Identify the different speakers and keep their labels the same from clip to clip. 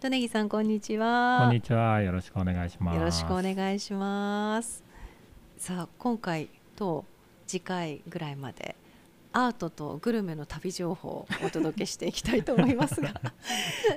Speaker 1: とねぎさんこんにちは
Speaker 2: こんにちは。よろしくお願いします。
Speaker 1: よろしくお願いしますさあ今回と次回ぐらいまでアートとグルメの旅情報をお届けしていきたいと思います が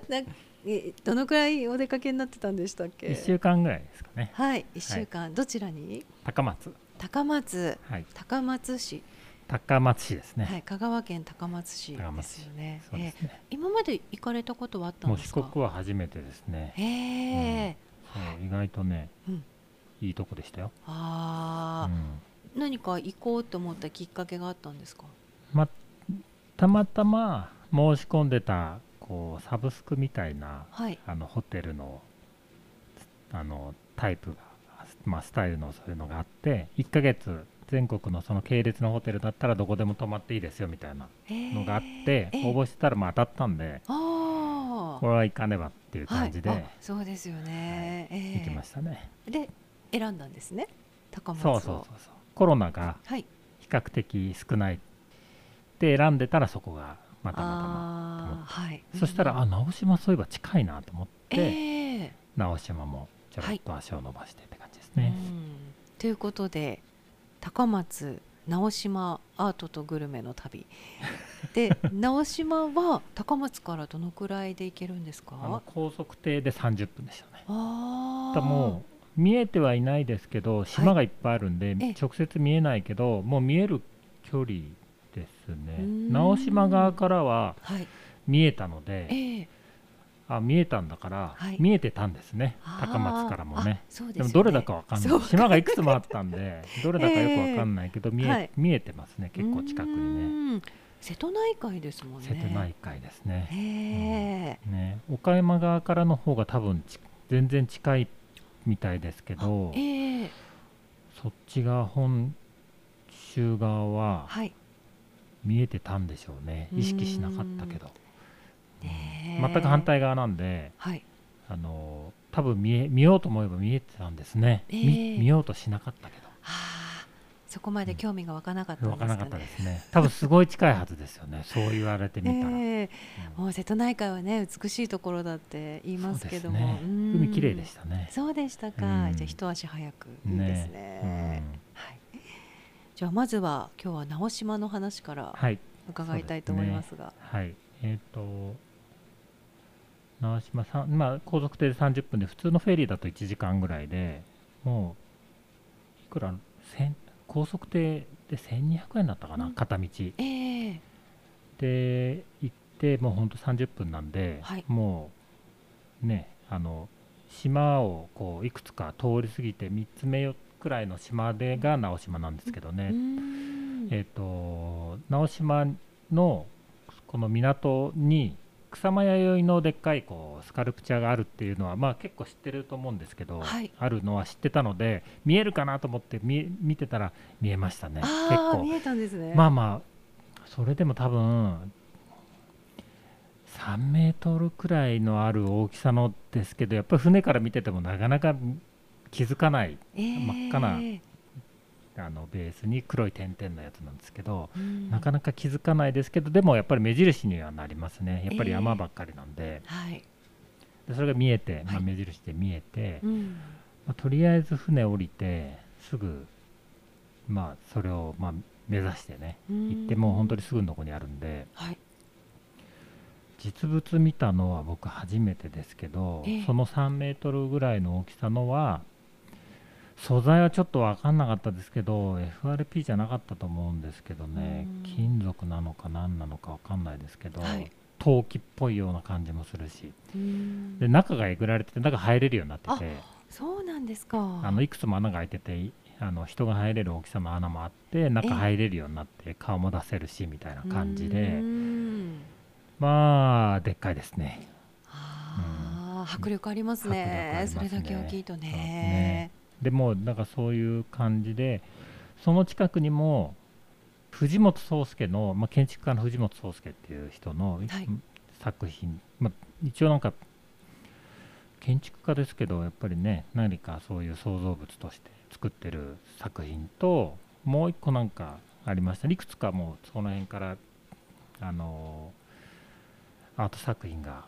Speaker 1: なえどのくらいお出かけになってたんでしたっけ
Speaker 2: 一週間ぐらいですかね。
Speaker 1: はい一週間、どちらに
Speaker 2: 高松。
Speaker 1: 高松
Speaker 2: はい。
Speaker 1: 高松市、
Speaker 2: 高松市ですね。
Speaker 1: はい、香川県高松市
Speaker 2: 高
Speaker 1: で
Speaker 2: 松
Speaker 1: す
Speaker 2: 市
Speaker 1: よね
Speaker 2: そうですね。
Speaker 1: え今まで行かれたことはあったん
Speaker 2: もう
Speaker 1: で
Speaker 2: 四
Speaker 1: すか
Speaker 2: 国は初めてですね。
Speaker 1: へえ、
Speaker 2: そう意外とね、
Speaker 1: うん
Speaker 2: いいとこでしたよ。
Speaker 1: ああ、
Speaker 2: うん
Speaker 1: 何か行こうと思ったきっかけがあったんですか。
Speaker 2: またまたま申し込んでたこうサブスクみたいな
Speaker 1: はい。
Speaker 2: あのホテルのあのタイプが、まあ、スタイルのそういうのがあって1ヶ月全国のその系列のホテルだったらどこでも泊まっていいですよみたいなの
Speaker 1: の
Speaker 2: があって、
Speaker 1: ええ
Speaker 2: 応募してたらまあ当たったんで、
Speaker 1: ああ。
Speaker 2: これは行かねばっていう
Speaker 1: は
Speaker 2: 感
Speaker 1: い
Speaker 2: じで
Speaker 1: あそうですよね。ええ
Speaker 2: 行きましたね、
Speaker 1: で選んだんですね。高松を。
Speaker 2: そうそうそうそうコロナが
Speaker 1: はい。
Speaker 2: 比較的少ないで選んでたらそこがまたまたま
Speaker 1: ああはい
Speaker 2: た。まそしたら、
Speaker 1: っ
Speaker 2: あ直島そういえば近いなと思って、
Speaker 1: ええ
Speaker 2: 直島もちょろっと足を伸ばしてって感じですね、
Speaker 1: うんということで高松直島アートとグルメの 旅で直島は高松からどのくらいで行けるんです
Speaker 2: あの
Speaker 1: か
Speaker 2: 高速艇で30分でしたね
Speaker 1: ああ
Speaker 2: たもう見えてはいないですけど島がいっぱいあるんで、
Speaker 1: ええ
Speaker 2: 直接見えないけどもう見える距離で
Speaker 1: う
Speaker 2: す
Speaker 1: ー
Speaker 2: ね
Speaker 1: ん
Speaker 2: 直島側からは
Speaker 1: はい
Speaker 2: 見えたの
Speaker 1: え
Speaker 2: で
Speaker 1: え
Speaker 2: あ見えたんだから、
Speaker 1: はい
Speaker 2: 見えてたんですね
Speaker 1: あー
Speaker 2: 高松からもね
Speaker 1: あそうです
Speaker 2: で
Speaker 1: よ
Speaker 2: も
Speaker 1: ね
Speaker 2: どれだかわかんな
Speaker 1: そ
Speaker 2: いう島がいくつもあったん でどれだかよくわかんないけど、見え
Speaker 1: はい
Speaker 2: 見えてますね結構近くにね
Speaker 1: にね瀬戸内海ですもんね
Speaker 2: 瀬戸内海ですね
Speaker 1: へえ、
Speaker 2: ね岡山側からの方が多分ち全然近いみたいですけど
Speaker 1: ええ
Speaker 2: そっち側本州側は
Speaker 1: はい
Speaker 2: 見えてたんでしょうね
Speaker 1: うーん
Speaker 2: 意識しなかったけど、
Speaker 1: ねえ
Speaker 2: 全く反対側なんで
Speaker 1: はい
Speaker 2: あの多分見え見ようと思えば見えてたんですね、み
Speaker 1: ええ
Speaker 2: 見ようとしなかったけ
Speaker 1: ああそこまで興味が湧かなかった
Speaker 2: ど
Speaker 1: ん
Speaker 2: わ
Speaker 1: ですか
Speaker 2: か
Speaker 1: ね
Speaker 2: なかったですね多分すごい近いはずです よねそう言われてみたら、
Speaker 1: ええ
Speaker 2: うん
Speaker 1: もう瀬戸内海はね美しいところだって言いますけども、
Speaker 2: そうですね
Speaker 1: うん
Speaker 2: 海綺麗でしたね
Speaker 1: そうでしたか、
Speaker 2: うん
Speaker 1: じゃあ一足早くいいですね
Speaker 2: うん
Speaker 1: はいじゃあまずは今日は直島の話から
Speaker 2: はい
Speaker 1: 伺いたいと思いますが、
Speaker 2: はい、えっ、と、直島さん、まあ、高速艇で30分で、普通のフェリーだと1時間ぐらいで、もう、いくら、千高速艇で1200円だったかな、
Speaker 1: うん
Speaker 2: 片道。
Speaker 1: ええ
Speaker 2: で、行って、もう本当30分なんで、
Speaker 1: はい
Speaker 2: もう、ね、あの、島をこういくつか通り過ぎて、3つ目くらいの島でが直島なんですけどね。
Speaker 1: うん
Speaker 2: えっ、と直島のこの港に草間弥生のでっかいこうスカルプチャーがあるっていうのは、まあ、結構知ってると思うんですけど、
Speaker 1: はい
Speaker 2: あるのは知ってたので見えるかなと思って見見てたら見えましたね結
Speaker 1: ああ見
Speaker 2: 構
Speaker 1: えたんですね。
Speaker 2: まあまあそれでも多分3メートルくらいのある大きさのですけどやっぱり船から見ててもなかなか気づかない
Speaker 1: ええ
Speaker 2: 真っ赤なあのベースに黒い点々のやつなんですけど、
Speaker 1: うん
Speaker 2: なかなか気づかないですけどでもやっぱり目印にはなりますねやっぱり山ばっかりなんで,、
Speaker 1: はい、
Speaker 2: でそれが見えて、ま
Speaker 1: は
Speaker 2: あ、
Speaker 1: い
Speaker 2: 目印で見えて、
Speaker 1: うん、
Speaker 2: まあ、とりあえず船降りてすぐまあそれをまあ目指してね行ってもう本当にすぐのとこにあるんで
Speaker 1: はい、
Speaker 2: 実物見たのは僕初めてですけど、
Speaker 1: ええ
Speaker 2: その3メートルぐらいの大きさのは素材はちょっと分かんなかったですけど FRP じゃなかったと思うんですけどね
Speaker 1: うん
Speaker 2: 金属なのか何なのか分かんないですけど、
Speaker 1: はい
Speaker 2: 陶器っぽいような感じもするし
Speaker 1: うん
Speaker 2: で中がえぐられてて中入れるようになってて
Speaker 1: そうなんですか。
Speaker 2: あのいくつも穴が開いてていあの人が入れる大きさの穴もあって中入れるようになって顔も出せるしみたいな感じで、
Speaker 1: うん
Speaker 2: まあでっかいですね。
Speaker 1: ああ、迫力ありますね。
Speaker 2: 迫力ありますね
Speaker 1: それだけ大きいとね。
Speaker 2: ねでもなんかそういう感じでその近くにも藤本壮介の、まあ、建築家の藤本壮介っていう人の
Speaker 1: はい
Speaker 2: 作品、まあ、一応なんか建築家ですけどやっぱりね何かそういう創造物として作ってる作品ともう一個なんかありましたねいくつかもうその辺からあのーアート作品が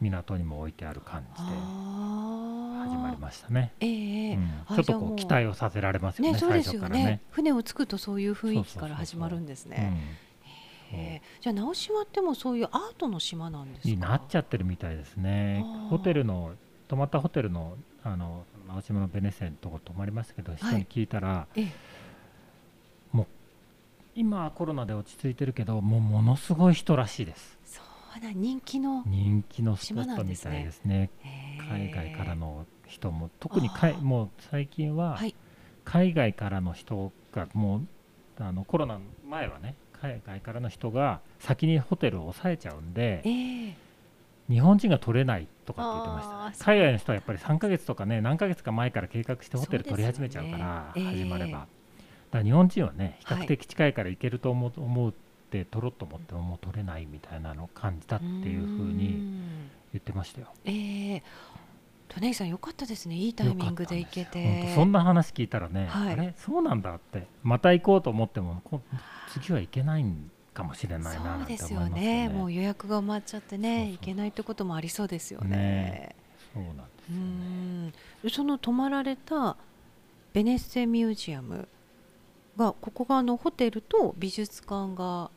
Speaker 2: 港にも置いてある感じで始
Speaker 1: 始
Speaker 2: まりましたね、
Speaker 1: ええええ
Speaker 2: うん
Speaker 1: あ
Speaker 2: ちょっ
Speaker 1: じゃ
Speaker 2: と
Speaker 1: あ
Speaker 2: こ
Speaker 1: も
Speaker 2: う
Speaker 1: う
Speaker 2: 期待をさせられますよね
Speaker 1: ね、そう
Speaker 2: 最
Speaker 1: です
Speaker 2: 初
Speaker 1: よ
Speaker 2: から
Speaker 1: ね
Speaker 2: ね。
Speaker 1: 船を着くとそういう雰囲気から
Speaker 2: そうそうそうそう
Speaker 1: 始まるんです
Speaker 2: う
Speaker 1: ね。
Speaker 2: ん
Speaker 1: へえじゃあ直島ってもうそういうアートの島なんですか。
Speaker 2: んになっちゃってるみたいですね
Speaker 1: あー
Speaker 2: ホテルの泊まったホテルのあの青島のベネッセのとこ泊まりましたけど人に聞いたら、
Speaker 1: ええ
Speaker 2: 今コロナで落ち着いてるけどもうものすごい人らしいです
Speaker 1: そうな人気の、
Speaker 2: 人気のスポットみたいですね
Speaker 1: へえ
Speaker 2: 海外からの人も特にかい
Speaker 1: あー
Speaker 2: もう最近は
Speaker 1: はい
Speaker 2: 海外からの人がもうあのコロナ前はね海外からの人が先にホテルを抑えちゃうんで
Speaker 1: ええ
Speaker 2: 日本人が取れないとかって言ってました
Speaker 1: あー
Speaker 2: 海外の人はやっぱり3ヶ月とかね何ヶ月か前から計画してホテル取り始めちゃうから
Speaker 1: そうですよね
Speaker 2: 始まれば、
Speaker 1: ええ
Speaker 2: だから日本人はね比
Speaker 1: はい
Speaker 2: 較的近いから行けると思う,、思うって取ろうと思ってももう取れないみたいなのを感じたっていうふう
Speaker 1: ー
Speaker 2: に
Speaker 1: ん
Speaker 2: 言ってましたよ。
Speaker 1: ええトネギさん良かったですね。いいタイミングで行け
Speaker 2: よかったんです
Speaker 1: て。
Speaker 2: よほんとそんな話聞いたらね、
Speaker 1: はい
Speaker 2: あれそうなんだってまた行こうと思ってもこ次は行けないんかもしれないななん
Speaker 1: そう
Speaker 2: て
Speaker 1: で
Speaker 2: 思いますすよ
Speaker 1: よ
Speaker 2: ね
Speaker 1: ね。もう予約が埋まっちゃってね、
Speaker 2: そうそう
Speaker 1: 行けないってこともありそうですよね。
Speaker 2: ねそうなんです
Speaker 1: う
Speaker 2: よね
Speaker 1: んその泊まられたベネッセミュージアムがここがあのホテルと美術館が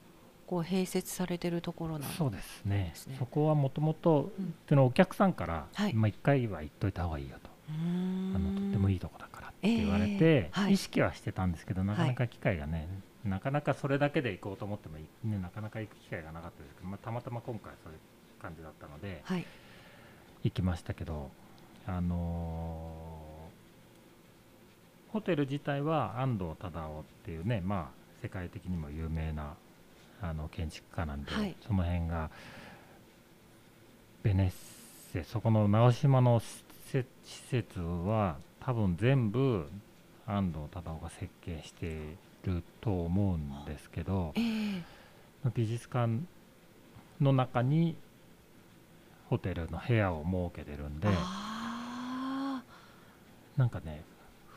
Speaker 1: こう併設されてるところなん
Speaker 2: そうですね
Speaker 1: ですね
Speaker 2: そこはもともと
Speaker 1: うん
Speaker 2: のお客さんから、
Speaker 1: はい
Speaker 2: まあ、1回は行っといた方がいいよとあのとってもい
Speaker 1: い
Speaker 2: いとこだからって言われて
Speaker 1: え、ーはい
Speaker 2: 意識はしてたんですけどなかなか機会がね、なかなかそれだけで行こうと思っても、ね、なかなか行く機会がなかったですけど、まあ、たまたま今回そういう感じだったので
Speaker 1: はい
Speaker 2: 行きましたけど、あのーホテル自体は安藤忠雄っていうね、まあ、世界的にも有名なあの建築家なんで、
Speaker 1: はい
Speaker 2: その辺がベネッセそこの直島の施設施設は多分全部安藤忠雄が設計してると思うんですけど
Speaker 1: ええ
Speaker 2: 美術館の中にホテルの部屋を設けてるんで
Speaker 1: あ
Speaker 2: なんかね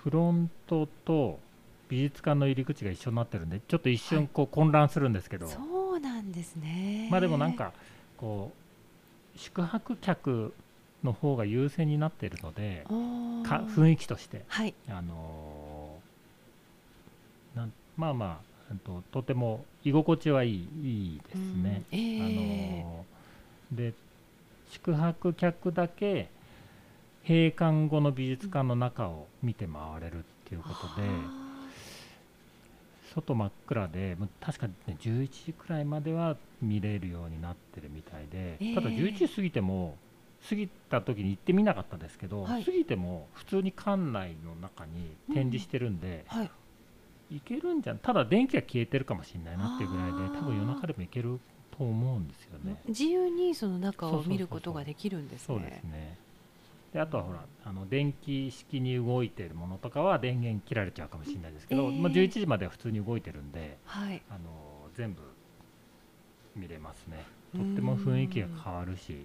Speaker 2: フロントと美術館の入り口が一緒になってるんでちょっと一
Speaker 1: は
Speaker 2: 瞬
Speaker 1: い
Speaker 2: こう混乱するんですけ
Speaker 1: あ
Speaker 2: ど、
Speaker 1: そうなんですね
Speaker 2: まあでもなんかこう宿泊客の方が優先になってるので
Speaker 1: おー
Speaker 2: か雰囲気として
Speaker 1: はい
Speaker 2: あのーなんまあまあうんととても居心地はいいいいです
Speaker 1: う
Speaker 2: ね。
Speaker 1: んえ
Speaker 2: あ
Speaker 1: え
Speaker 2: のーで宿泊客だけ閉館後の美術館の中を見て回れるっていうことで、
Speaker 1: あ
Speaker 2: 外真っ暗でもう確かに、ね、11時くらいまでは見れるようになってるみたいで、
Speaker 1: ええ
Speaker 2: ただ11時過ぎても過ぎた時に行ってみなかったですけど、
Speaker 1: はい
Speaker 2: 過ぎても普通に館内の中に展示してるんで、
Speaker 1: ーはい
Speaker 2: 行けるんじゃんただ電気が消えてるかもしれないなっていうぐらいで
Speaker 1: あー
Speaker 2: 多分夜中でも行けると思うんですよね。
Speaker 1: 自由にその中
Speaker 2: そう
Speaker 1: を
Speaker 2: そうそう
Speaker 1: 見ることができるんです
Speaker 2: そうです
Speaker 1: ね
Speaker 2: ねであとはほらあの電気式に動いてるものとかは電源切られちゃうかもしれないですけど、
Speaker 1: ええ
Speaker 2: まあ、11時までは普通に動いてるんで
Speaker 1: はい
Speaker 2: あの全部見れますねとっても雰囲気が変わるし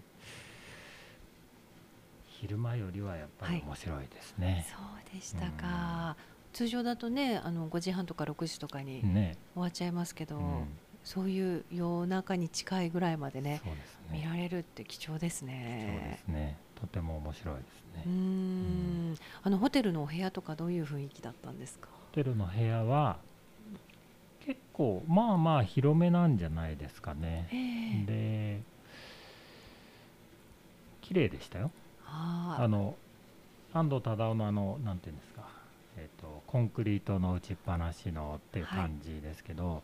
Speaker 2: 昼間よりはやっぱり面白いですね。
Speaker 1: そうでしたか。通常だとね、あの5時半とか6時とかに終
Speaker 2: ね、
Speaker 1: わっちゃいますけど、
Speaker 2: うん
Speaker 1: そういう夜中に近いぐらいまでね、
Speaker 2: そうです
Speaker 1: 見
Speaker 2: ね
Speaker 1: られるって貴重です
Speaker 2: そうで
Speaker 1: ね。
Speaker 2: すねとても面白いですね。
Speaker 1: うーん、あのホテルのお部屋とかどういう雰囲気だったんですか。
Speaker 2: ホテルの部屋は結構まあまあ広めなんじゃないですか
Speaker 1: え
Speaker 2: ね。
Speaker 1: え
Speaker 2: で綺麗でしたよ。
Speaker 1: あ
Speaker 2: あの安藤忠雄のあのなんていうんですか、えっとコンクリートの打ちっぱなしのっていう感じですけど、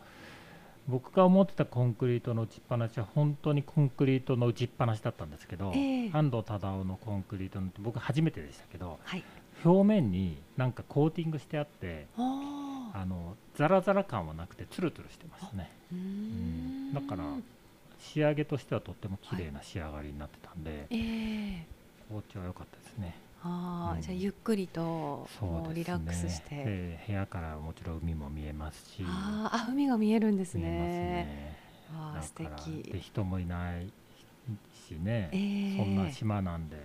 Speaker 2: 僕が思ってたコンクリートの打ちっぱなしは本当にコンクリートの打ちっぱなしだったんですけど、
Speaker 1: ええ
Speaker 2: 安藤忠雄のコンクリートのって僕初めてでしたけど
Speaker 1: はい。
Speaker 2: 表面になんかコーティングしてあって
Speaker 1: ああ。
Speaker 2: あのザラザラ感はなくてツルツルしてましたね
Speaker 1: うーん
Speaker 2: だから仕上げとしてはとっても綺麗な仕上がりになってたんで、
Speaker 1: ええ
Speaker 2: 包丁は良かったですね
Speaker 1: ああ、
Speaker 2: うん
Speaker 1: じゃあゆっくりと
Speaker 2: そうです
Speaker 1: もう
Speaker 2: ね
Speaker 1: リラックスして。
Speaker 2: で部屋からもちろん海も見えますし
Speaker 1: あーあ、海が見えるんです
Speaker 2: 見えます
Speaker 1: ね。
Speaker 2: ね
Speaker 1: ああ、素
Speaker 2: だからで
Speaker 1: 敵。
Speaker 2: 人もいないしね、
Speaker 1: ええ
Speaker 2: そんな島なんで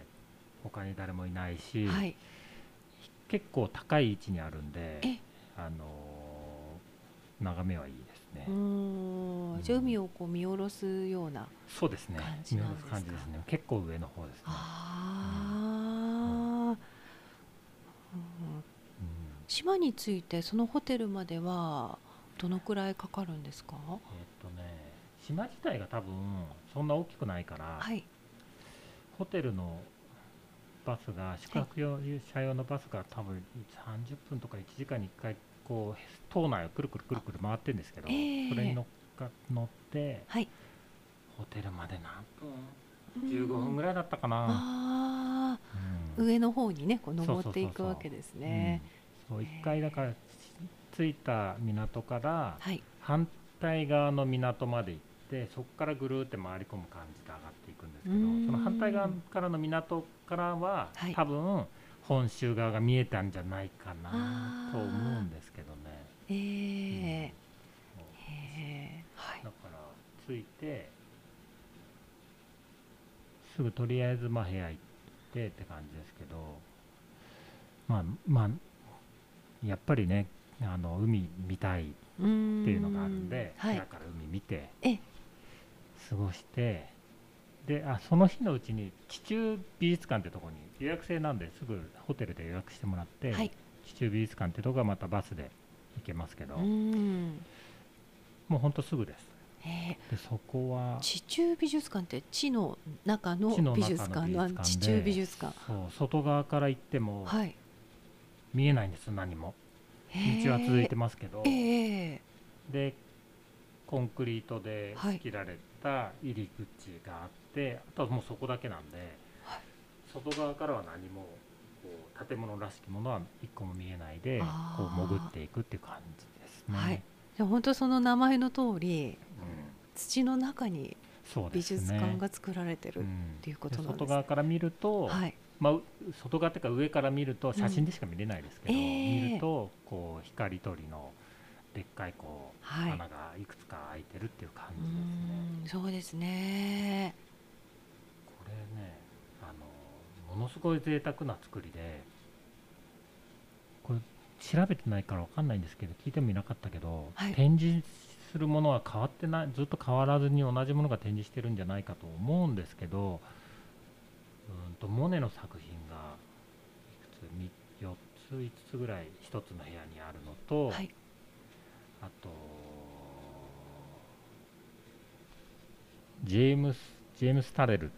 Speaker 2: 他に誰もいないし、
Speaker 1: はい。
Speaker 2: 結構高い位置にあるんで
Speaker 1: え
Speaker 2: あのー眺めはいいですね、
Speaker 1: おーじゃあ海をこう見下ろすような
Speaker 2: そうですね
Speaker 1: 感じ
Speaker 2: 見
Speaker 1: な
Speaker 2: 下
Speaker 1: ん
Speaker 2: ろ
Speaker 1: ですすか
Speaker 2: 感じですね結構上の方ですね、
Speaker 1: あーうん
Speaker 2: うん
Speaker 1: 島に着いてそのホテルまではどのくらいかかるんですか
Speaker 2: えっとね島自体が多分そんな大きくないから、
Speaker 1: はい
Speaker 2: ホテルのバスが宿泊用車用のバスが多分30分とか1時間に1回こう島内をくるくるくるくる回ってるんですけど、
Speaker 1: ええ
Speaker 2: それに乗っか乗って
Speaker 1: はい
Speaker 2: ホテルまで何分15分ぐらいだったかな、
Speaker 1: あ
Speaker 2: う
Speaker 1: ー
Speaker 2: ん
Speaker 1: 上の方にねこう
Speaker 2: そうそうそう
Speaker 1: 登
Speaker 2: そう
Speaker 1: っていくわけですね
Speaker 2: うんそう1回だから着いた港から
Speaker 1: はい
Speaker 2: 反対側の港まで行ってそこからぐるーって回り込む感じで上がっていくんですけど
Speaker 1: うーん
Speaker 2: その反対側からの港からは、
Speaker 1: はい
Speaker 2: 多分本州側が見えたんじゃないかな
Speaker 1: あー
Speaker 2: と思うんですけどね。
Speaker 1: え
Speaker 2: うん
Speaker 1: え
Speaker 2: そう
Speaker 1: へーはい
Speaker 2: だから着いてすぐとりあえずまあ部屋行ってって感じですけどまあまあやっぱりねあの海見た
Speaker 1: っ
Speaker 2: いっていうのがあるんで、
Speaker 1: はい
Speaker 2: だから海見て
Speaker 1: ええ
Speaker 2: 過ごしてであその日のうちに地中美術館ってとこに予約制なんですぐホテルで予約してもらって、
Speaker 1: はい
Speaker 2: 地中美術館ってとこはまたバスで行けますけど、
Speaker 1: うん
Speaker 2: もうほんとすぐです
Speaker 1: え
Speaker 2: でそこは
Speaker 1: ー地中美術館って地の中の
Speaker 2: 地の中の
Speaker 1: 美術館のあの
Speaker 2: 美術館で
Speaker 1: 地中美術館
Speaker 2: そう外側から行っても
Speaker 1: はい
Speaker 2: 見えないんです何も道は続いてますけど、
Speaker 1: えええ
Speaker 2: でコンクリートで仕切られた入り口があって、あとはもうそこだけなんで、
Speaker 1: はい
Speaker 2: 外側からは何もこう建物らしきものは一個も見えないで
Speaker 1: あ
Speaker 2: こう
Speaker 1: ー
Speaker 2: 潜っていくっていう感じですね。
Speaker 1: はいじゃあ本当その名前の通り
Speaker 2: うん
Speaker 1: 土の中に
Speaker 2: そうで
Speaker 1: 美
Speaker 2: すね
Speaker 1: 術館が作られてる、
Speaker 2: うん
Speaker 1: ていうことなんですね
Speaker 2: 外側から見ると、
Speaker 1: はい
Speaker 2: まあ、う外側というか上から見ると写真でしか見れないですけど、
Speaker 1: うんええ
Speaker 2: 見るとこう光鳥のでっかいこう
Speaker 1: はい
Speaker 2: 穴がいくつか開いてるっていう感
Speaker 1: う
Speaker 2: じですね。
Speaker 1: んそうですね
Speaker 2: これねあのものすごい贅沢な作りでこれ調べてないからわかんないんですけど聞いてもいなかったけど、
Speaker 1: はい
Speaker 2: 展示するものは変わってないずっと変わらずに同じものが展示してるんじゃないかと思うんですけどうーんとモネの作品がいくつ4つ5つぐらい1つの部屋にあるのと、
Speaker 1: はい
Speaker 2: あとジェームス・ジェームスタレルっ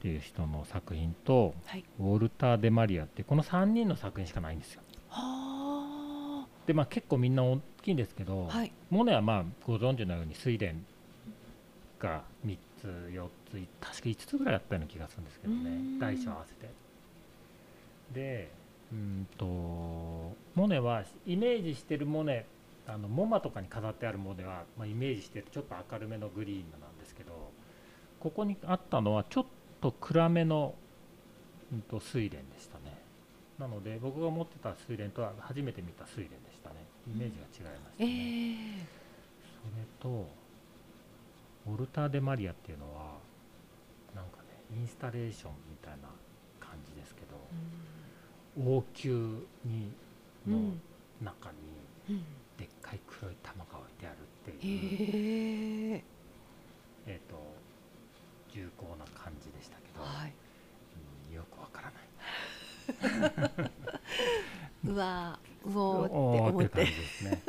Speaker 2: ていう人の作品と
Speaker 1: はい
Speaker 2: ウォルター・デ・マリアってこの3人の作品しかないんですよ。
Speaker 1: は
Speaker 2: でまあ結構みんな大きいんですけど、
Speaker 1: あはい
Speaker 2: モネはまあご存知のように水田が3つ4つ確か5つぐらいあったような気がするんですけど
Speaker 1: うー
Speaker 2: ね
Speaker 1: ん
Speaker 2: 大小合わせて。でうんとモネはイメージしてるモネあのモマとかに飾ってあるモネは、まあ、イメージしてるちょっと明るめのグリーンのなんですけどここにあったのはちょっと暗めの、うん、と水蓮でしたねなので僕が持ってた水蓮とは初めて見た水蓮でしたねイメージが違いました
Speaker 1: え
Speaker 2: ね、
Speaker 1: え
Speaker 2: それとウォルター・デ・マリアっていうのはなんかねインスタレーションみたいな感じですけど王宮に
Speaker 1: うんう
Speaker 2: の
Speaker 1: ん
Speaker 2: 中に
Speaker 1: うん
Speaker 2: でっかい黒い玉が置いてあるって
Speaker 1: へ
Speaker 2: いう、
Speaker 1: え
Speaker 2: えーと重厚な感じでしたけど、
Speaker 1: はい
Speaker 2: うんよくわからない
Speaker 1: うわーうおーって
Speaker 2: お
Speaker 1: 思
Speaker 2: ー
Speaker 1: っ
Speaker 2: って感
Speaker 1: て
Speaker 2: じですね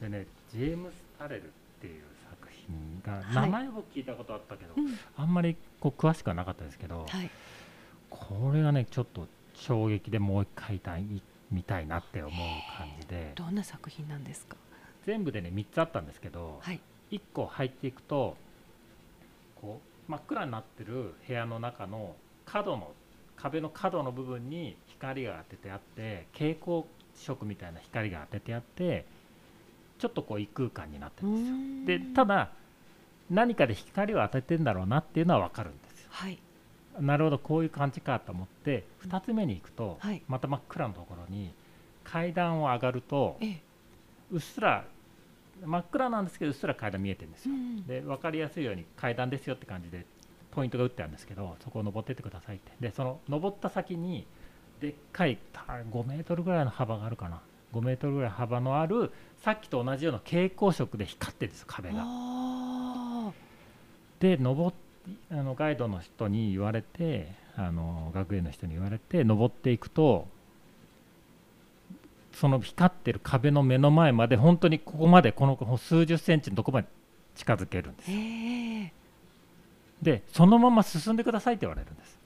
Speaker 2: でねジェームス・タレルっていう作品が
Speaker 1: はい
Speaker 2: 名前を聞いたことあったけど、
Speaker 1: うん
Speaker 2: あんまりこう詳しくはなかったですけど、
Speaker 1: はい
Speaker 2: これがねちょっと衝撃でもう一回見たい見たいなって思う感じで
Speaker 1: どんな作品なんですか
Speaker 2: 全部でね3つあったんですけど、
Speaker 1: はい
Speaker 2: 1個入っていくとこう真っ暗になってる部屋の中の角の壁の角の部分に光が当ててあって蛍光色みたいな光が当ててあってちょっとこう異空間になってるんですよ。でた
Speaker 1: だ
Speaker 2: だ何かで光を当ててんだろうなっていうのは分かるんですよ。
Speaker 1: はい
Speaker 2: なるほどこういう感じかと思って
Speaker 1: うん
Speaker 2: 2つ目に行くと、
Speaker 1: はい
Speaker 2: また真っ暗のところに階段を上がると
Speaker 1: ええ
Speaker 2: うっすら真っ暗なんですけどうっすら階段見えてるんです
Speaker 1: う
Speaker 2: よ、
Speaker 1: ん
Speaker 2: で分かりやすいように階段ですよって感じでポイントが打ってあるんですけどそこを登ってってくださいってでその登った先にでっかいた5メートルぐらいの幅があるかな5メートルぐらい幅のあるさっきと同じような蛍光色で光ってるんですよ壁が。
Speaker 1: あ
Speaker 2: で登っあのガイドの人に言われてあの学園の人に言われて登っていくとその光ってる壁の目の前まで本当にここまでこのこの数十センチのとこまで近づけるんです
Speaker 1: ーええ
Speaker 2: でそのまま進んでくださいって言われるんです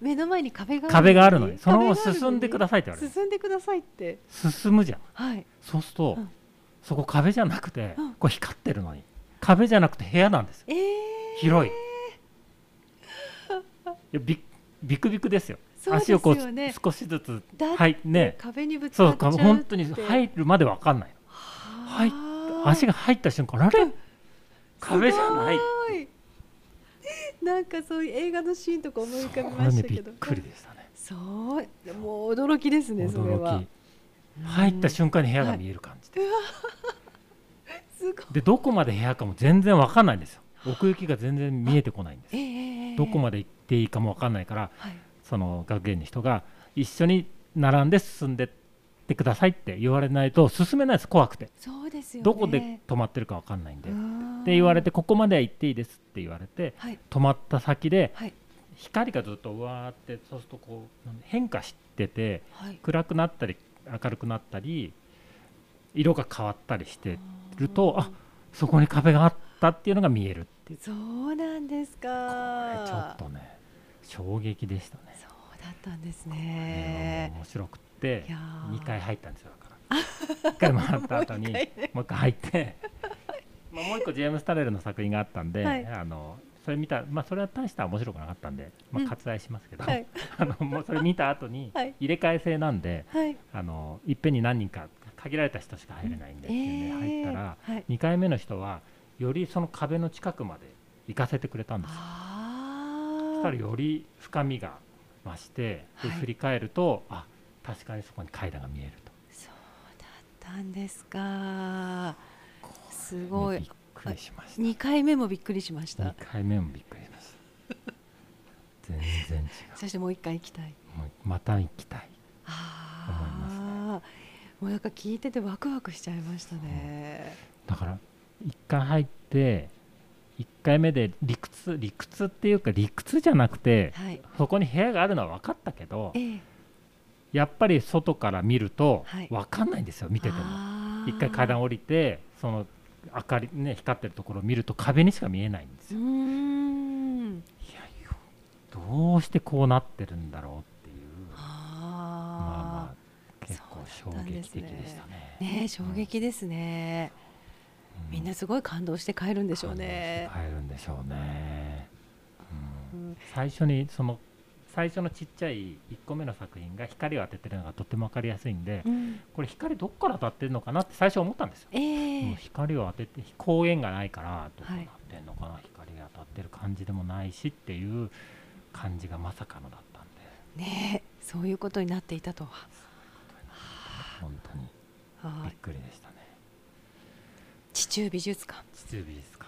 Speaker 1: 目の前に壁が
Speaker 2: 壁があるのにそのまま
Speaker 1: 壁がある
Speaker 2: 進んでくださいって言われる
Speaker 1: 進んでくださいって
Speaker 2: 進むじゃん
Speaker 1: はい
Speaker 2: そうすると、
Speaker 1: うん
Speaker 2: そこ壁じゃなくて、
Speaker 1: うん
Speaker 2: これ光ってるのに壁じゃなくて部屋なんですよ
Speaker 1: ええ
Speaker 2: 広いいやびビクビクですよ
Speaker 1: そうです
Speaker 2: 足をこう
Speaker 1: よね
Speaker 2: 少しずつ
Speaker 1: だって
Speaker 2: はいね
Speaker 1: 壁にぶつ
Speaker 2: そ
Speaker 1: かっ
Speaker 2: う
Speaker 1: ちゃ
Speaker 2: か
Speaker 1: うって
Speaker 2: 本当に入るまで分かんない
Speaker 1: はあ
Speaker 2: 足が入った瞬間あれ壁じゃない
Speaker 1: すごいなんかそういう映画のシーンとか思い浮かび
Speaker 2: これ
Speaker 1: まし
Speaker 2: ね
Speaker 1: た
Speaker 2: び
Speaker 1: け
Speaker 2: っ
Speaker 1: ど
Speaker 2: くりでしたね
Speaker 1: そうもう驚きですねそれは
Speaker 2: 驚き入っ
Speaker 1: 間
Speaker 2: た瞬間に部屋が見える感じで,、
Speaker 1: すごい
Speaker 2: でどこまで部屋かも全然分かんないんですよ奥行きが全然見えてこないんです
Speaker 1: ええええ
Speaker 2: どこまで行っていいかも分かんないから
Speaker 1: はい
Speaker 2: その学芸員の人が一緒に並んで進んでってくださいって言われないと進めないです怖くて
Speaker 1: そうですよね
Speaker 2: どこで止まってるか分かんないんで、
Speaker 1: う
Speaker 2: っ
Speaker 1: ん
Speaker 2: て言われてここまでは行っていいですって言われて
Speaker 1: はい
Speaker 2: 止まった先で
Speaker 1: はい
Speaker 2: 光がずっとうわーってそうするとこうなんだ変化してて
Speaker 1: はい
Speaker 2: 暗くなったり明るくなったり色が変わったりしてるとあそこに壁があったっていうのが見えるっていう
Speaker 1: そうなんです
Speaker 2: ちょっ
Speaker 1: か
Speaker 2: とね衝撃でしたね。
Speaker 1: そうだったんです
Speaker 2: ね
Speaker 1: ね
Speaker 2: 面白くって
Speaker 1: いやー
Speaker 2: 2回入ったんですよだから1回回った後に
Speaker 1: もう一回ね
Speaker 2: もう1回入ってま あもう1個ジェームス・タレルの作品があったんで、
Speaker 1: はい
Speaker 2: あのそれ見た、まあ、それは大した面白くなかったんで、ま
Speaker 1: うん
Speaker 2: あ、割愛しますけど、
Speaker 1: はい
Speaker 2: あのもうそれ見た後に
Speaker 1: はい
Speaker 2: 入れ替え制なんで、
Speaker 1: はい
Speaker 2: あのいっぺんに何人か限られた人しか入れないんでっていうんで入ったら、
Speaker 1: ええはい
Speaker 2: 2回目の人はよりその壁の近くまで行かせてくれたんですよそし
Speaker 1: あ
Speaker 2: た
Speaker 1: あ
Speaker 2: らより深みが増して、
Speaker 1: は
Speaker 2: で
Speaker 1: い
Speaker 2: 振り返るとあ確かにそこに階段が見えると
Speaker 1: そうだったんですかすご
Speaker 2: ね
Speaker 1: い
Speaker 2: びっくりしました
Speaker 1: 二回目もびっくりしまし
Speaker 2: 2
Speaker 1: た
Speaker 2: 回目もびっくりしました全然違う
Speaker 1: そしてもう一回行きたい
Speaker 2: もうまた行きたい
Speaker 1: ああ、もうなんか聞いててワクワクしちゃいましたね。
Speaker 2: だから1回入って1回目で理屈理屈っていうか理屈じゃなくて
Speaker 1: はい。
Speaker 2: そこに部屋があるのは分かったけど
Speaker 1: ええ、
Speaker 2: やっぱり外から見ると
Speaker 1: はい
Speaker 2: 分かんないんですよ、見てても
Speaker 1: も
Speaker 2: 一回階段
Speaker 1: を。
Speaker 2: 降りてその明かりね光ってるところを見ると壁にしか見えないんです
Speaker 1: うー
Speaker 2: よ、
Speaker 1: ん。
Speaker 2: いやいやどうしてこうなってるんだろうっていう
Speaker 1: あ
Speaker 2: まあま
Speaker 1: あ
Speaker 2: あ結構
Speaker 1: そ
Speaker 2: 衝
Speaker 1: うだったんで
Speaker 2: 撃
Speaker 1: す
Speaker 2: 的
Speaker 1: ね
Speaker 2: でしたね。
Speaker 1: ー。ねえ、衝撃ですね。
Speaker 2: う
Speaker 1: みんなすごい感動して帰るんでしょうね。
Speaker 2: 感動して帰るんでしょうね、う
Speaker 1: うんん
Speaker 2: 最初にその最初のちっちゃい1個目の作品が光を当ててるのがとても分かりやすいんで、
Speaker 1: うん。
Speaker 2: これ光どっから当たってるのかなって最初思ったんですよ。
Speaker 1: え
Speaker 2: もう
Speaker 1: え。
Speaker 2: 光を当てて光源がないからどう
Speaker 1: はい
Speaker 2: なってんのかな、光が当たってる感じでもないしっていう感じがまさかのだったんで
Speaker 1: ねえ、そういうことになっていたとは。
Speaker 2: 本当に
Speaker 1: は
Speaker 2: びっ
Speaker 1: い。
Speaker 2: くりでしたね
Speaker 1: 地中美術館。
Speaker 2: 地中美術館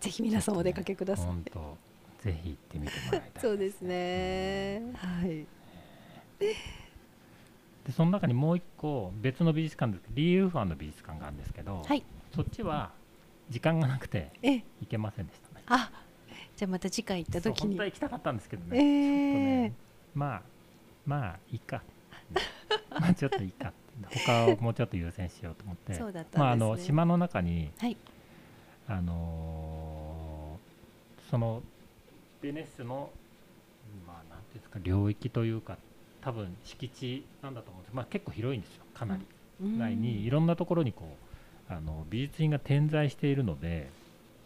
Speaker 1: ぜひ皆さんお出かけください。
Speaker 2: 本当ぜひ行ってみてもらいたい
Speaker 1: そうですね。はい。
Speaker 2: でその中にもう一個別の美術館ですリー・ウーファンの美術館があるんですけど、
Speaker 1: はい。
Speaker 2: そっちは時間がなくて
Speaker 1: ええ。
Speaker 2: 行けませんでしたね
Speaker 1: あ。じゃあまた次回行った
Speaker 2: そう
Speaker 1: 時
Speaker 2: 本
Speaker 1: に
Speaker 2: 当は。行きたかったんですけどね、ちょっと
Speaker 1: ええ
Speaker 2: ね。まあまあいいか、 まあちょっといいかって他をもうちょっと優先しようと思って
Speaker 1: そうだったんですね
Speaker 2: まあ、あの島の中に、
Speaker 1: はい
Speaker 2: あのーそのベネッセの、まあ、なんていうんですか領域というか多分敷地なんだと思うんですけど、まあ、結構広いんですよかなり、内にいろんなところにこうあの美術品が点在しているので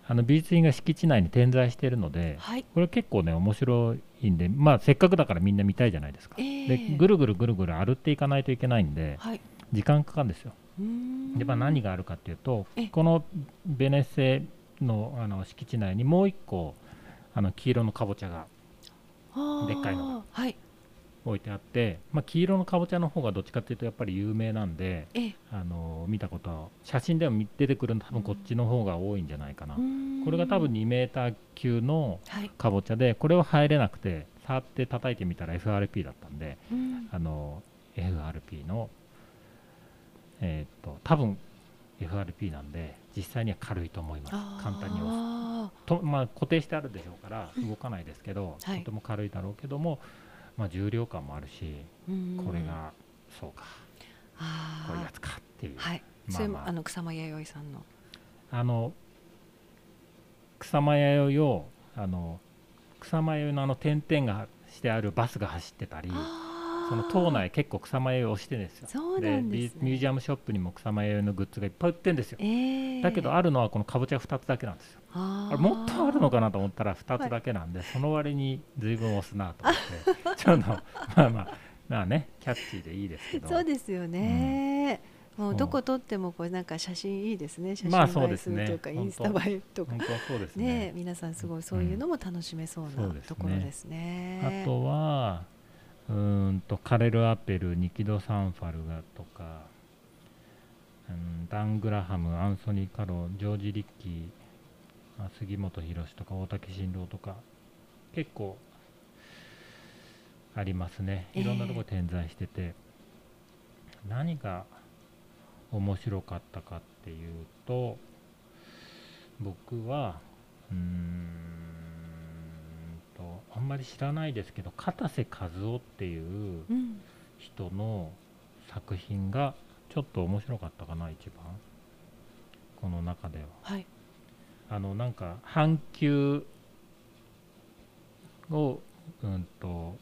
Speaker 2: あの美術品が敷地内に点在しているので、
Speaker 1: はい。
Speaker 2: これ結構ね面白いんで、まあ、せっかくだからみんな見たいじゃないですか、
Speaker 1: ええ
Speaker 2: でぐるぐるぐるぐる歩っていかないといけないんで
Speaker 1: はい。
Speaker 2: 時間かかるんですよで、まあ、何
Speaker 1: が。
Speaker 2: があるかっていうと
Speaker 1: ええ
Speaker 2: このベネッセのあの敷地内にもう一個あの黄色のかぼちゃがでっかいの
Speaker 1: が。はい。
Speaker 2: 置いてあって、まあ、黄色のかぼちゃの方がどっちかっていうとやっぱり有名なんで
Speaker 1: ええ。
Speaker 2: あの見たことは写真でも出てくるの多分こっちの方が多いんじゃないかな、これが多分。2メーター級の
Speaker 1: はい。
Speaker 2: かぼちゃでこれは入れなくて触って叩いてみたら FRP だったんで
Speaker 1: うん
Speaker 2: あの FRP のえーっと多分 FRP なんで実際には軽いと思います簡単に押す
Speaker 1: あ
Speaker 2: と、まあ、固定してあるでしょうから
Speaker 1: うん
Speaker 2: 動かないですけど、
Speaker 1: はい
Speaker 2: とても軽いだろうけども、まあ、重量感もあるし
Speaker 1: ーうん
Speaker 2: これがそうか
Speaker 1: あー
Speaker 2: こういうやつかっていう、
Speaker 1: はい、
Speaker 2: まあ
Speaker 1: それ
Speaker 2: ま
Speaker 1: も
Speaker 2: あ
Speaker 1: あの草間彌生さんの
Speaker 2: あの草間弥生をあの草間弥生のあの点々がしてあるバスが走ってたりそ
Speaker 1: そ
Speaker 2: の島内結構草間弥生をしてるんですよ
Speaker 1: そうなんです
Speaker 2: ミュー
Speaker 1: ね
Speaker 2: ジアムショップにも草間弥生のグッズがいっぱい売ってるんですよ
Speaker 1: えー
Speaker 2: だけどあるのはこのかぼちゃ2つだけなんですよ
Speaker 1: あ
Speaker 2: あ
Speaker 1: ー
Speaker 2: れもっとあるのかなと思ったら2つだけなんで、その割に随分押すなと思って ちょっとまあまあまあねキャッチーでいいですけど
Speaker 1: そうですよね、もう
Speaker 2: そう
Speaker 1: どこ撮ってもこれなんか写真いいですね写
Speaker 2: まあ
Speaker 1: 真
Speaker 2: そう
Speaker 1: 映え
Speaker 2: ですす
Speaker 1: る
Speaker 2: ね
Speaker 1: というか、インスタ
Speaker 2: 本
Speaker 1: 映えとか
Speaker 2: 本当はそうです
Speaker 1: ね
Speaker 2: ね
Speaker 1: 皆さんすごいそういうのも楽しめそうな
Speaker 2: そうですね
Speaker 1: ところですね、
Speaker 2: あとはうーんとカレル・アペルニキド・サンファルガとか、うん、ダン・グラハムアンソニー・カロジョージ・リッキーあ杉本博とか大竹新郎とか結構ありますねいろんなところ点在してて、何が面白かったかっていうと僕はうーんとあんまり知らないですけど片瀬和夫っていう
Speaker 1: うん、
Speaker 2: 人の作品がちょっと面白かったかな一番この中では
Speaker 1: はい
Speaker 2: あのなんか半球をうんと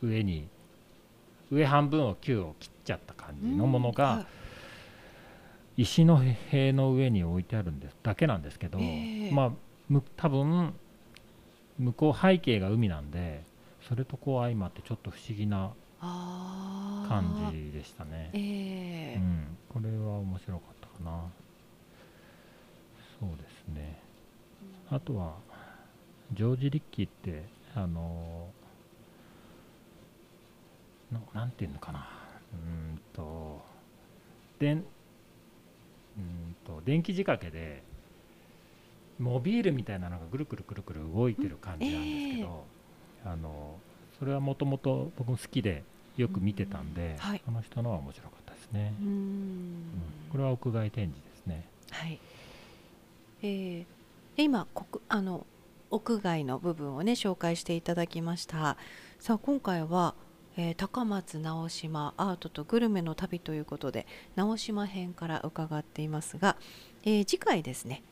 Speaker 2: 上に上半分を球を切っちゃった感じのもの
Speaker 1: うん
Speaker 2: が
Speaker 1: は
Speaker 2: 石の塀の上に置いてあるんですだけなんですけど、
Speaker 1: ええ
Speaker 2: まあむ多分向こう背景が海なんでそれとこう相まってちょっと不思議な
Speaker 1: あー
Speaker 2: 感じでしたね。
Speaker 1: ええ
Speaker 2: うん、これは面白かったかなそうですねあとはジョージ・リッキーってあのーななんていうのかなうーんとでんうーんと電気仕掛けでモビールみたいなのがぐるぐるぐるぐる動いてる感じなんですけど、あのそれはもともと僕も好きでよく見てたんで、
Speaker 1: はい
Speaker 2: この人のは面白かったですね、
Speaker 1: う
Speaker 2: うん
Speaker 1: ん
Speaker 2: これは屋外展示ですね
Speaker 1: はいえーで今国あの屋外の部分をね紹介していただきましたさあ今回は、えー高松直島アートとグルメの旅ということで直島編から伺っていますが、えー次回ですね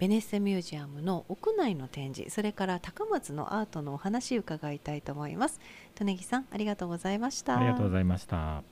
Speaker 1: ベネッセミュージアムの屋内の展示それから高松のアートのお話伺いたいと思います。利根木さんありがとうございました。
Speaker 2: ありがとうございました